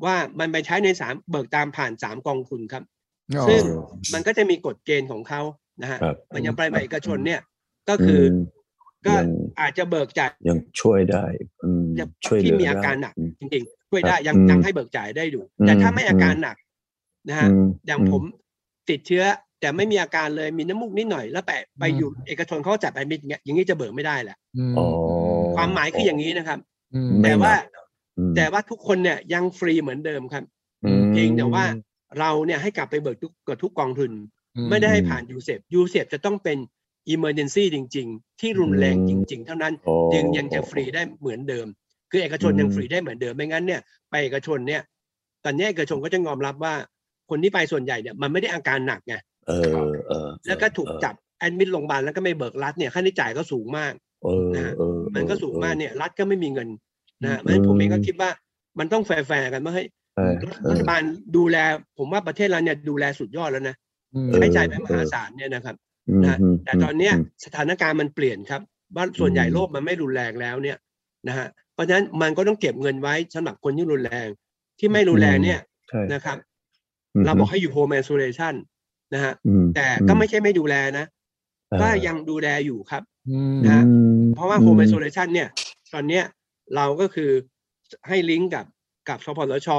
Speaker 3: ว่ามันไปใช้ในสามเบิกตามผ่านสามกองทุนครับ
Speaker 1: อ๋อ
Speaker 3: ซึ่ง มันก็จะมีกฎเกณฑ์ของเขานะฮะ
Speaker 2: ครับ
Speaker 3: มันยังไปเอกชนเนี่ยก็คืออ
Speaker 2: ม
Speaker 3: ก็
Speaker 2: ยัง
Speaker 3: อาจจะเบิกจ่าย
Speaker 2: ยังช่วยได้อืม
Speaker 3: ยัง
Speaker 2: ช่วยเหลื
Speaker 3: ที่
Speaker 2: อ
Speaker 3: มี
Speaker 2: ได้
Speaker 3: อาการหนัก
Speaker 2: อืม
Speaker 3: จริงๆช่วยได้
Speaker 2: ครับ
Speaker 3: ยัง
Speaker 2: อืม
Speaker 3: ยังให้เบิกจ่ายได้อยู่แต่ถ้า
Speaker 2: อืม
Speaker 3: ไม่อาการหนักนะฮะ
Speaker 2: อืม
Speaker 3: อย่างผมติดเชื้อแต่ไม่มีอาการเลยมีน้ำมูกนิดหน่อยแล้วแปะไปอยู่เอกชนเขาก็จัดไปมิดอย่างเงี้ยอย่างนี้จะเบิกไม่ได้แหละ
Speaker 1: ม
Speaker 2: อ๋อ
Speaker 3: ความหมายคืออย่างนี้นะครับ
Speaker 1: อืม
Speaker 2: ไม่
Speaker 3: แต่
Speaker 2: หนัก
Speaker 3: ว่า
Speaker 2: อืม
Speaker 3: แต่ว่าทุกคนเนี่ยยังฟรีเหมือนเดิมครับ
Speaker 2: อืม
Speaker 3: เพียงแต่ว่าเราเนี่ยให้กลับไปเบิกทุกกับทุกกองทุน ไม่ได้ให้ผ่านยูเซฟยูเซฟจะต้องเป็น Emergency จริง ๆ ที่รุนแรงจริง ๆ เท่านั้น
Speaker 2: อ๋อ
Speaker 3: จึงยังจะฟรีได้เหมือนเดิม คือเอกชน
Speaker 2: อืม
Speaker 3: ยังฟรีได้เหมือนเดิมไม่งั้นเนี่ยไปเอกชนเนี่ยตอนนี้เอกชนก็จะยอมรับว่าคนที่ไปส่วนใหญ่เนี่ยมันไม่ได้อาการหนักไง
Speaker 2: เออเออ
Speaker 3: แล้วก็ถูกจับแอดมิดโรงพยาบาลแล้วก็ไม่เบิกรัฐเนี่ยค่าใช้จ่ายก็สูงมาก
Speaker 2: เออ
Speaker 3: นะฮะ
Speaker 2: เออ
Speaker 3: มันก็สูงมาก
Speaker 2: เออ
Speaker 3: เนี่ยรัฐก็ไม่มีเงินนะฮะเพราะฉะนั้นผมเองก็คิดว่ามันต้องแฟร์ๆกันว่าเฮ้ย
Speaker 2: ใช่
Speaker 3: รัฐ
Speaker 2: เออ
Speaker 3: บาลดูแล ผมว่าประเทศเราเนี่ยดูแลสุดยอดแล้วนะ
Speaker 1: อืม
Speaker 2: เออ
Speaker 3: ใช้จ่ายไปมหาศาลเนี่ยนะครับ
Speaker 2: อืม
Speaker 3: นะ
Speaker 2: ม
Speaker 3: แต่ตอนเนี้ย
Speaker 2: ม
Speaker 3: สถานการณ์มันเปลี่ยนครับว่าส่วนใหญ่
Speaker 2: อืม
Speaker 3: โลกมันไม่รุนแรงแล้วเนี่ยนะฮะเพราะฉะนั้นมันก็ต้องเก็บเงินไว้สำหรับคนที่รุนแรง ที่ไม่รุนแรงเนี่ย
Speaker 2: ใช่
Speaker 3: นะครับ
Speaker 2: ม
Speaker 3: เราบอกให้อยู่โฮมไอโซเลชันนะฮะ
Speaker 2: อืม
Speaker 3: แต่ก็ไม่ใช่ไม่ดูแลนะ
Speaker 2: อืม
Speaker 3: ก็ยังดูแลอยู่ครับ
Speaker 1: อืม
Speaker 3: นะ
Speaker 2: อืม
Speaker 3: เพราะว่าโฮมไอโซเลชันเนี่ย ตอนเนี้ยเราก็คือให้ลิงก์กับกับสพสช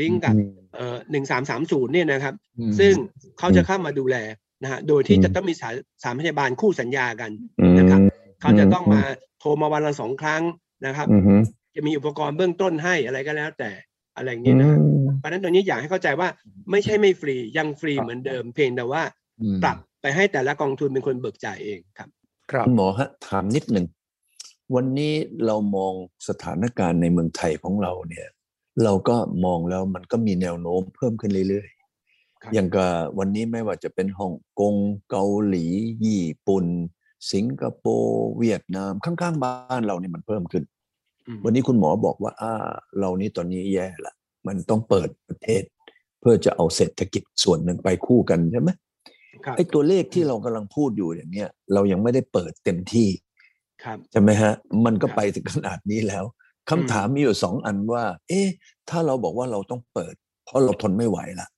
Speaker 3: ลิงก์กับ
Speaker 2: อืม
Speaker 3: เอ่อหนึ่งสามสามศูนย์เนี่ยนะครับ
Speaker 1: อืม
Speaker 3: ซึ่งเขาจะเข้ามาดูแลนะฮะโดยที่
Speaker 2: อืม
Speaker 3: จะต้องมีสาสามพยาบาลคู่สัญญากัน
Speaker 2: อืม
Speaker 3: นะครับ เขาจะ
Speaker 2: อืม
Speaker 3: ต้องมาโทรมาวันละสองครั้งนะครับ
Speaker 2: อืม
Speaker 3: จะมีอุปกรณ์เบื้องต้นให้อะไรก็แล้วแต่อะไรอย่า
Speaker 2: อื
Speaker 3: งเงี้ยนะฮะ
Speaker 2: ม
Speaker 3: เพราะฉะนั้นตรงนี้อยากให้เข้าใจว่าไม่ใช่ไม่ฟรียังฟรี
Speaker 1: ครับ
Speaker 3: เหมือนเดิมเพียงแต่ว่า
Speaker 1: อืม
Speaker 3: ปรับไปให้แต่ละกองทุนเป็นคนเบิกจ่ายเองครับ
Speaker 1: ครับ
Speaker 2: คุณหมอฮะถามนิดหนึ่ง วันนี้เรามองสถานการณ์ในเมืองไทยของเราเนี่ย เราก็มองแล้วมันก็มีแนวโน้มเพิ่มขึ้นเรื่อย
Speaker 3: ครับ
Speaker 2: ๆ อย่างกับวันนี้ไม่ว่าจะเป็นฮ่องกงเกาหลี ญี่ปุ่น สิงคโปร์เวียดนามข้างๆบ้านเราเนี่ยมันเพิ่มขึ้น
Speaker 3: อืม
Speaker 2: วันนี้คุณหมอบอกว่าอ่าเรานี่ตอนนี้แย่ละ มันต้องเปิดประเทศ เพื่อจะเอาเศรษฐกิจส่วนหนึ่งไปคู่กันใช่ไหม
Speaker 3: ครับ
Speaker 2: ไอ้ตัวเลขที่เรากำลังพูดอยู่อย่างเนี้ยเรายังไม่ได้เปิดเต็มที่
Speaker 3: ครับ
Speaker 2: ใช่ไหมฮะ มันก็
Speaker 3: ครับ
Speaker 2: ไปถึงขนาดนี้แล้วคำถามมีอยู่สองอันว่า เอ๊ะ ถ้าเราบอกว่าเราต้องเปิด เพราะเราทนไม่ไหวละ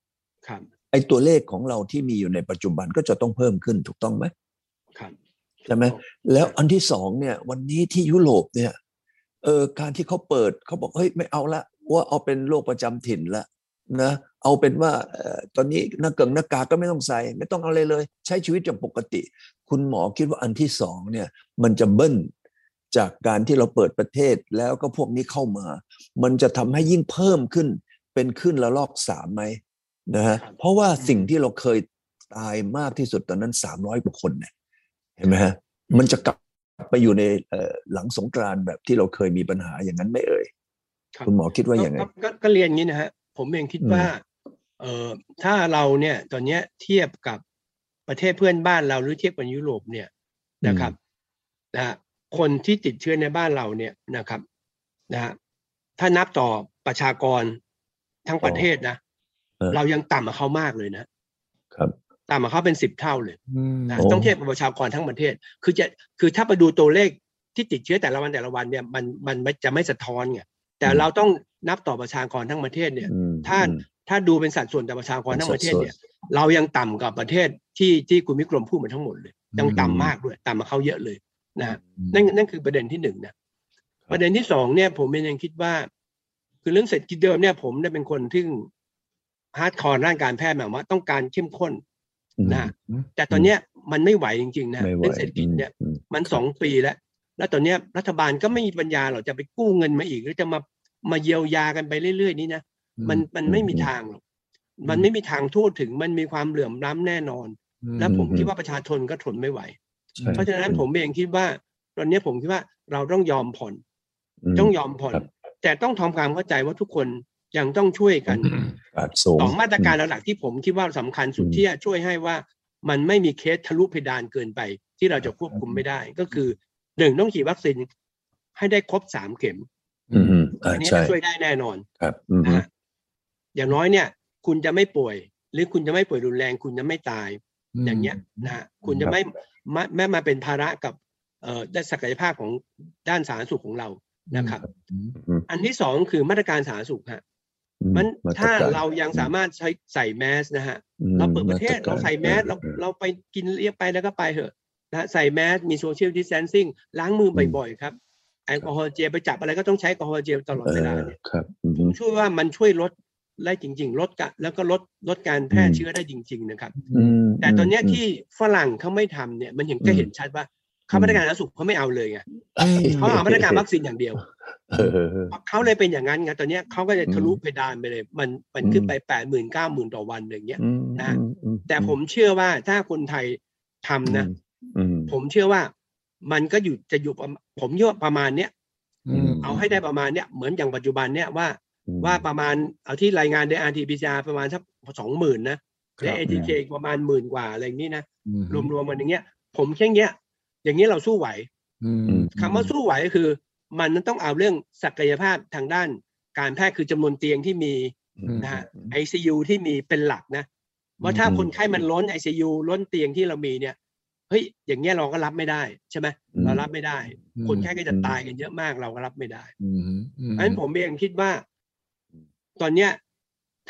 Speaker 3: ครับ
Speaker 2: ไอ้ตัวเลขของเราที่มีอยู่ในปัจจุบันก็จะต้องเพิ่มขึ้นถูกต้องไหม
Speaker 3: ครับ
Speaker 2: ใช่ไหม แล้วอันที่สองเนี่ย วันนี้ที่ยุโรปเนี่ยเออการที่เขาเปิดเขาบอกเฮ้ยไม่เอาละว่าเอาเป็นโรคประจำถิ่นละนะเอาเป็นว่าเอ่อตอนนี้หน้าเกิงหน้ากากก็ไม่ต้องใส่ ไม่ต้องเอาอะไรเลย ใช้ชีวิตอย่างปกติ คุณหมอคิดว่าอันที่สองเนี่ย มันจะเบิ้ลจากการที่เราเปิดประเทศแล้วก็พวกนี้เข้ามา มันจะทำให้ยิ่งเพิ่มขึ้นเป็นขึ้นละลอกสามไหมนะฮะเพราะว่าสิ่งที่เราเคยตายมากที่สุดตอนนั้นสามร้อยกว่าคนเนี่ยเห็นไหมฮะ มันจะกลับไปอยู่ในเอ่อหลังสงกรานต์แบบที่เราเคยมีปัญหาอย่างนั้นไหมเอ่ย
Speaker 3: ครับ
Speaker 2: คุณหมอคิดว่าอย่างไง
Speaker 3: ก็ก็ก็เรียนอย่างนี้นะฮะ ผมเองคิดว่าเออถ้าเราเนี่ยตอนเนี้ยเทียบกับประเทศเพื่อนบ้านเราหรือเทียบกับยุโรปเนี่ยนะครับนะฮะคนที่ติดเชื้อในบ้านเราเนี่ยนะครับนะฮะถ้านับต่อประชากรทั้งประเทศนะ
Speaker 2: เออ
Speaker 3: เรายังต่ำกว่าเขามากเลยนะครับ ต่ำกว่าเขาเป็นสิบเท่าเลย
Speaker 1: อืม
Speaker 3: นะ
Speaker 2: โอ้
Speaker 3: ต้องเทียบกับประชากรทั้งประเทศ คือจะ คือถ้าไปดูตัวเลขที่ติดเชื้อแต่ละวันแต่ละวันเนี่ย มัน มันไม่จะไม่สะท้อนไง แต่เราต้องนับต่อประชากรทั้งประเทศเนี่ย
Speaker 2: อืม
Speaker 3: ถ้า
Speaker 2: อืม
Speaker 3: ถ้าดูเป็นสัดส่วนต่อประชากรทั้งประเทศเนี่ย เรายังต่ำกว่าประเทศที่ที่คุณวิกรมพูดมาทั้งหมดเลย ยังต่ำมากด้วย ต่ำมาเขาเยอะเลยนะฮะ นั่นนั่นคือประเด็นที่หนึ่งนะประเด็นที่สองเนี่ยผมยังคิดว่า คือเรื่องเศรษฐกิจเดิมเนี่ย ผมเนี่ยเป็นคนที่ฮาร์ดคอร์ด้านการแพทย์หมายความว่าต้องการเข้มข้นนะ
Speaker 1: อืม
Speaker 3: แต่ตอนเนี้ยมันไม่ไหวจริงๆนะ
Speaker 2: ไม่ไหว
Speaker 3: เรื่องเศรษฐกิจเนี่ย
Speaker 2: อืม
Speaker 3: มันสองปีแล้ว แล้วตอนเนี้ยรัฐบาลก็ไม่มีปัญญาหรอกจะไปกู้เงินมาอีก หรือจะมามาเยียวยากันไปเรื่อยๆนี้นะ มันมันไม่มี
Speaker 2: อืม
Speaker 3: ทางหรอกมันไม่มีทางทั่วถึงมันมีความเหลื่อมล้ำแน่นอน
Speaker 1: อืม
Speaker 3: และผมคิดว่าประชาชนก็ทนไม่ไหว
Speaker 2: ใช่
Speaker 3: เพราะฉะนั้น
Speaker 2: อื
Speaker 3: ผมเองคิดว่าตอนนี้ผมคิดว่าเราต้องยอมผ่อน
Speaker 2: ม
Speaker 3: ต้องยอมผ่อน
Speaker 2: ครับ
Speaker 3: แต่ต้องทำความเข้าใจว่าทุกคนยังต้องช่วยกัน
Speaker 2: กาดสูง
Speaker 3: สองมาตรการหลักๆที่ผมคิดว่าสำคัญสุด
Speaker 2: อืม
Speaker 3: ที่จะช่วยให้ว่ามันไม่มีเคสทะลุเพดานเกินไป ที่เราจะควบคุมไม่ได้ ก็คือหนึ่งต้องฉีดวัคซีนให้ได้ครบสามเข็ม
Speaker 2: อืมอืมอ่า
Speaker 3: อันนี้
Speaker 2: ใช่
Speaker 3: จะช่วยได้แน่นอน
Speaker 2: ครับอืม
Speaker 3: นะฮะอย่างน้อยเนี่ย คุณจะไม่ป่วย หรือคุณจะไม่ป่วยรุนแรง คุณจะไม่ตาย อย่างเงี้ยนะฮะคุณจะไม่ไม่ไม่มาเป็นภาระกับเอ่อด้านศักยภาพของด้านสาธารณสุขของเรานะครับ
Speaker 1: อืม
Speaker 2: อืม
Speaker 3: อันที่สองคือมาตรการสาธารณสุขฮะ
Speaker 2: อื
Speaker 3: มัน
Speaker 2: ตก
Speaker 3: ถ้าเรายังสามารถใช้ใส่แมสนะฮะ
Speaker 2: อืม
Speaker 3: เราเปิดประเทศ
Speaker 2: มตก
Speaker 3: เราใส่แมสเรา
Speaker 2: ออ
Speaker 3: เราไปกินเรียกไปแล้วก็ไปเถอะนะฮะใส่แมสมีโซเชียลดิสแ n นซิ่งล้างมือบ่อยๆครับแอลกอฮอล์เจลไปจับอะไรก็ต้องใช้แอลกอฮอล์เจลตลอด
Speaker 2: เอ
Speaker 3: เวลา
Speaker 2: อ
Speaker 3: เนี่ย
Speaker 2: ครับอืม
Speaker 3: ช่วยว่ามันช่วยลดได้จริง ๆ ลดกะแล้วก็ลดลดการแพร่
Speaker 2: อืม
Speaker 3: เชื้อได้จริง ๆ นะครับ
Speaker 2: อืม
Speaker 3: แต่ตอนเนี้ย
Speaker 2: ม
Speaker 3: ที่ฝรั่งเขาไม่ทำเนี่ยมันยังก็เห็นชัดว่าเขา
Speaker 2: อืม
Speaker 3: มาตรการสาธารณสุขเขาไม่เอาเลยไงเขาเอามาตรการวัคซีนอย่างเดียว
Speaker 2: เออ
Speaker 3: เขาเลยเป็นอย่างนั้นไงตอนเนี้ยเขาก็จะทะลุเพดานไปเลย มันมันขึ้นไปแปดหมื่นเก้าหมื่นต่อวันอะไรอย่างเงี้ย
Speaker 2: อืม
Speaker 3: นะ
Speaker 2: อือื
Speaker 3: แต่ผมเชื่อว่าถ้าคนไทยทำนะ
Speaker 2: อืม
Speaker 3: ผมเชื่อว่ามันก็อยู่จะอยู่ประมาณผมเยอะประมาณเนี้ย
Speaker 1: ม
Speaker 3: เอาให้ได้ประมาณเนี้ยเหมือนอย่างปัจจุบันเนี้ยว่า
Speaker 2: อืม
Speaker 3: ว่าประมาณเอาที่รายงานใน RT-PCR ประมาณสักสองหมื่นนะ
Speaker 1: ครั
Speaker 3: และ
Speaker 1: บ
Speaker 3: ATK ประมาณหมื่นกว่าอะไรอย่างนี้นะ
Speaker 1: อืม
Speaker 3: รวมๆมันอย่างเงี้ย ผมเช่นเงี้ย อย่างเงี้ยเราสู้ไหว
Speaker 1: อืม
Speaker 3: คำว่าสู้ไหวก็คือ มันต้องเอาเรื่องศักยภาพทางด้าน การแพทย์คือจำนวนเตียงที่มีนะฮะไอซียูที่มีเป็นหลักนะว่าถ้า
Speaker 2: อืม
Speaker 3: คนไข้มันล้นไอซียูล้นเตียงที่เรามีเนี่ยเฮ้ยอย่างเงี้ยเราก็รับไม่ได้ใช่ไหมเรารับไม่ได้
Speaker 1: อืม
Speaker 3: คนไข้ก็จะตายกันเยอะมากเราก็รับไม่ได้
Speaker 1: อืมอืม
Speaker 3: เพราะฉะนั้นผมเองคิดว่า ตอนเนี้ย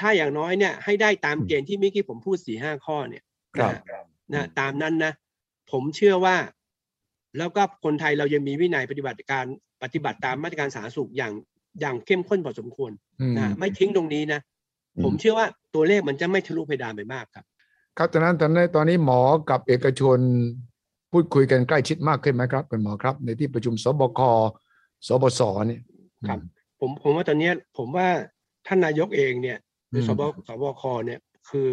Speaker 3: ถ้าอย่างน้อยเนี่ย ให้ได้ตามเกณฑ์ที่เมื่อกี้ผมพูดสี่ห้าข้อเนี่ย
Speaker 1: ครับ
Speaker 3: นะฮะนะฮะตามนั้นนะ ผมเชื่อว่า แล้วก็คนไทยเรายังมีวินัยปฏิบัติการปฏิบัติตามมาตรการสาธารณสุขอย่างอย่างเข้มข้นพอสมควร
Speaker 1: อืม
Speaker 3: นะฮะไม่ทิ้งตรงนี้นะ
Speaker 2: อืม
Speaker 3: ผมเชื่อว่าตัวเลขมันจะไม่ทะลุเพดานไปมากครับ
Speaker 1: ครับตอนนั้นตอนนี้ตอนนี้หมอกับเอกชนพูดคุยกันใกล้ชิดมากขึ้นไหมครับคุณหมอครับ ในที่ประชุมสบคสบสเนี่ย
Speaker 3: ครับ ผมผมว่าตอนเนี้ยผมว่าท่านนายกเองเนี่ยหรือ
Speaker 1: อืม
Speaker 3: สบสบคเนี่ย คือ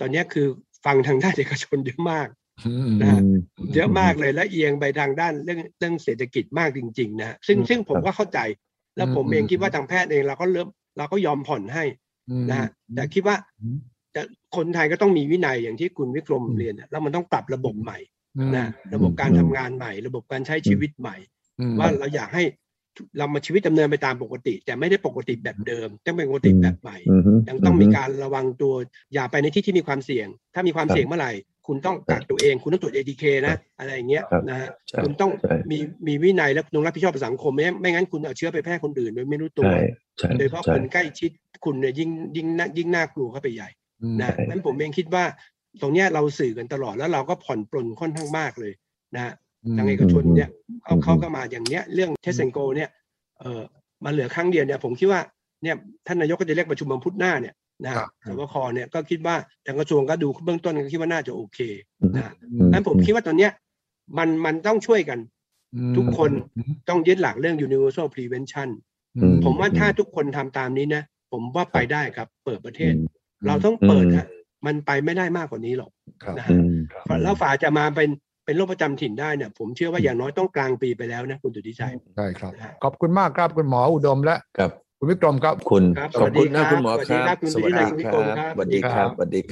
Speaker 3: ตอนเนี้ยคือฟังทางด้านเอกชนเยอะมาก
Speaker 1: อืม
Speaker 3: นะฮะ เยอะมากเลยและเอียงไปทางด้านเรื่องเรื่องเศรษฐกิจมากจริงๆนะฮะซึ่ง
Speaker 1: อืม
Speaker 3: ซึ่งผมก็เข้าใจ แล้ว
Speaker 1: อืม
Speaker 3: ผมเอง
Speaker 1: อืม
Speaker 3: คิดว่าทางแพทย์เองเราก็เริ่มเราก็ยอมผ่อนให้
Speaker 1: อืม
Speaker 3: นะฮะแต่คิดว่า
Speaker 1: อืม
Speaker 3: แต่คนไทยก็ต้องมีวินัยอย่างที่คุณวิกรม
Speaker 1: อืม
Speaker 3: เรียนนะแล้วมันต้องปรับระบบใหม่
Speaker 1: อืม
Speaker 3: นะระบบการทำงานใหม่ ระบบการใช้ชีวิตใหม่
Speaker 1: อืม
Speaker 3: ว่าเราอยากให้เรามาชีวิตดำเนินไปตามปกติ แต่ไม่ได้ปกติแบบเดิม ต้องเป็นปกติแบบใหม่
Speaker 2: อืม
Speaker 3: ยังต้องมีการระวังตัวอย่าไปในที่ที่มีความเสี่ยง ถ้ามีความเสี่ยงเมื่อไหร่ คุณต้องกักตัวเอง คุณต้องตรวจ ATK นะอะไรอย่างเงี้ยนะฮะ
Speaker 2: ใช่
Speaker 3: คุณต้อง
Speaker 2: ใช่
Speaker 3: มีมีวินัยและต้องรับผิดชอบต่อสังคมไม่งั้นไม่งั้นคุณเอาเชื้อไปแพร่คนอื่นโดยไม่รู้ตัว
Speaker 2: ใช่ใช่
Speaker 3: โดยเฉพาะ
Speaker 2: ใช่
Speaker 3: คนใกล้ชิดคุณเนี่ยยิ่งยิ่งน่ายิ่งน่ากลัวเข้าไปใหญ่
Speaker 1: อืม
Speaker 3: นะ
Speaker 2: ใช่
Speaker 3: นั้นผมเองคิดว่าตรงเนี้ยเราสื่อกันตลอดแล้วเราก็ผ่อนปลนค่อนข้างมากเลยนะฮะทางเอกชนเนี่ยเขาเขาก็มาอย่างเนี้ยเรื่องเทสเซนโกเนี่ยเออมาเหลือครั้งเดียวเนี่ยผมคิดว่าเนี่ยท่านนายกก็จะเรียกประชุมวันพุธหน้าเนี่ยนะฮะ
Speaker 1: ครับ
Speaker 3: สบคเนี่ยก็คิดว่าทางกระทรวงก็ดูเบื้องต้นก็คิดว่าน่าจะโอเคนะฮะ
Speaker 1: อืม
Speaker 3: นั้นผมคิดว่าตอนเนี้ยมันมันต้องช่วยกัน ทุกคน
Speaker 1: อืม
Speaker 3: ต้องยึดหลักเรื่อง universal prevention
Speaker 1: อืม
Speaker 3: ผมว่า
Speaker 2: อืม
Speaker 3: ถ้าทุกคนทำตามนี้นะ ผมว่าไปได้ครับ เปิดประเทศ
Speaker 2: อืม
Speaker 3: เราต้องเปิด
Speaker 2: อืม
Speaker 3: ฮะมันไปไม่ได้มากกว่านี้หรอก
Speaker 1: ครับ
Speaker 3: นะ
Speaker 2: อื
Speaker 3: ฮะ
Speaker 2: ม
Speaker 3: แล้วฝ่าจะมาเป็นเป็นโรคประจำถิ่นได้เนี่ย ผมเชื่อว่าอย่างน้อยต้องกลางปีไปแล้วนะคุณตุติชัย
Speaker 1: ใช่ครับ
Speaker 3: นะฮะ
Speaker 1: ขอบคุณมากครับคุณหมออุดมและ
Speaker 2: ครับ
Speaker 1: คุณวิกรมครับ
Speaker 2: คุณ
Speaker 3: ครับ
Speaker 2: ขอบคุณนะ
Speaker 3: สวัสดีครับ
Speaker 2: คุณหมอครับ
Speaker 3: สวัสดีครับคุณ
Speaker 2: สวัสดี
Speaker 3: วินัยคุณวิ
Speaker 2: ค
Speaker 3: กร
Speaker 2: รั
Speaker 3: ม
Speaker 2: บ
Speaker 3: ครับ
Speaker 2: สวัสดีครับสวัสดีครับ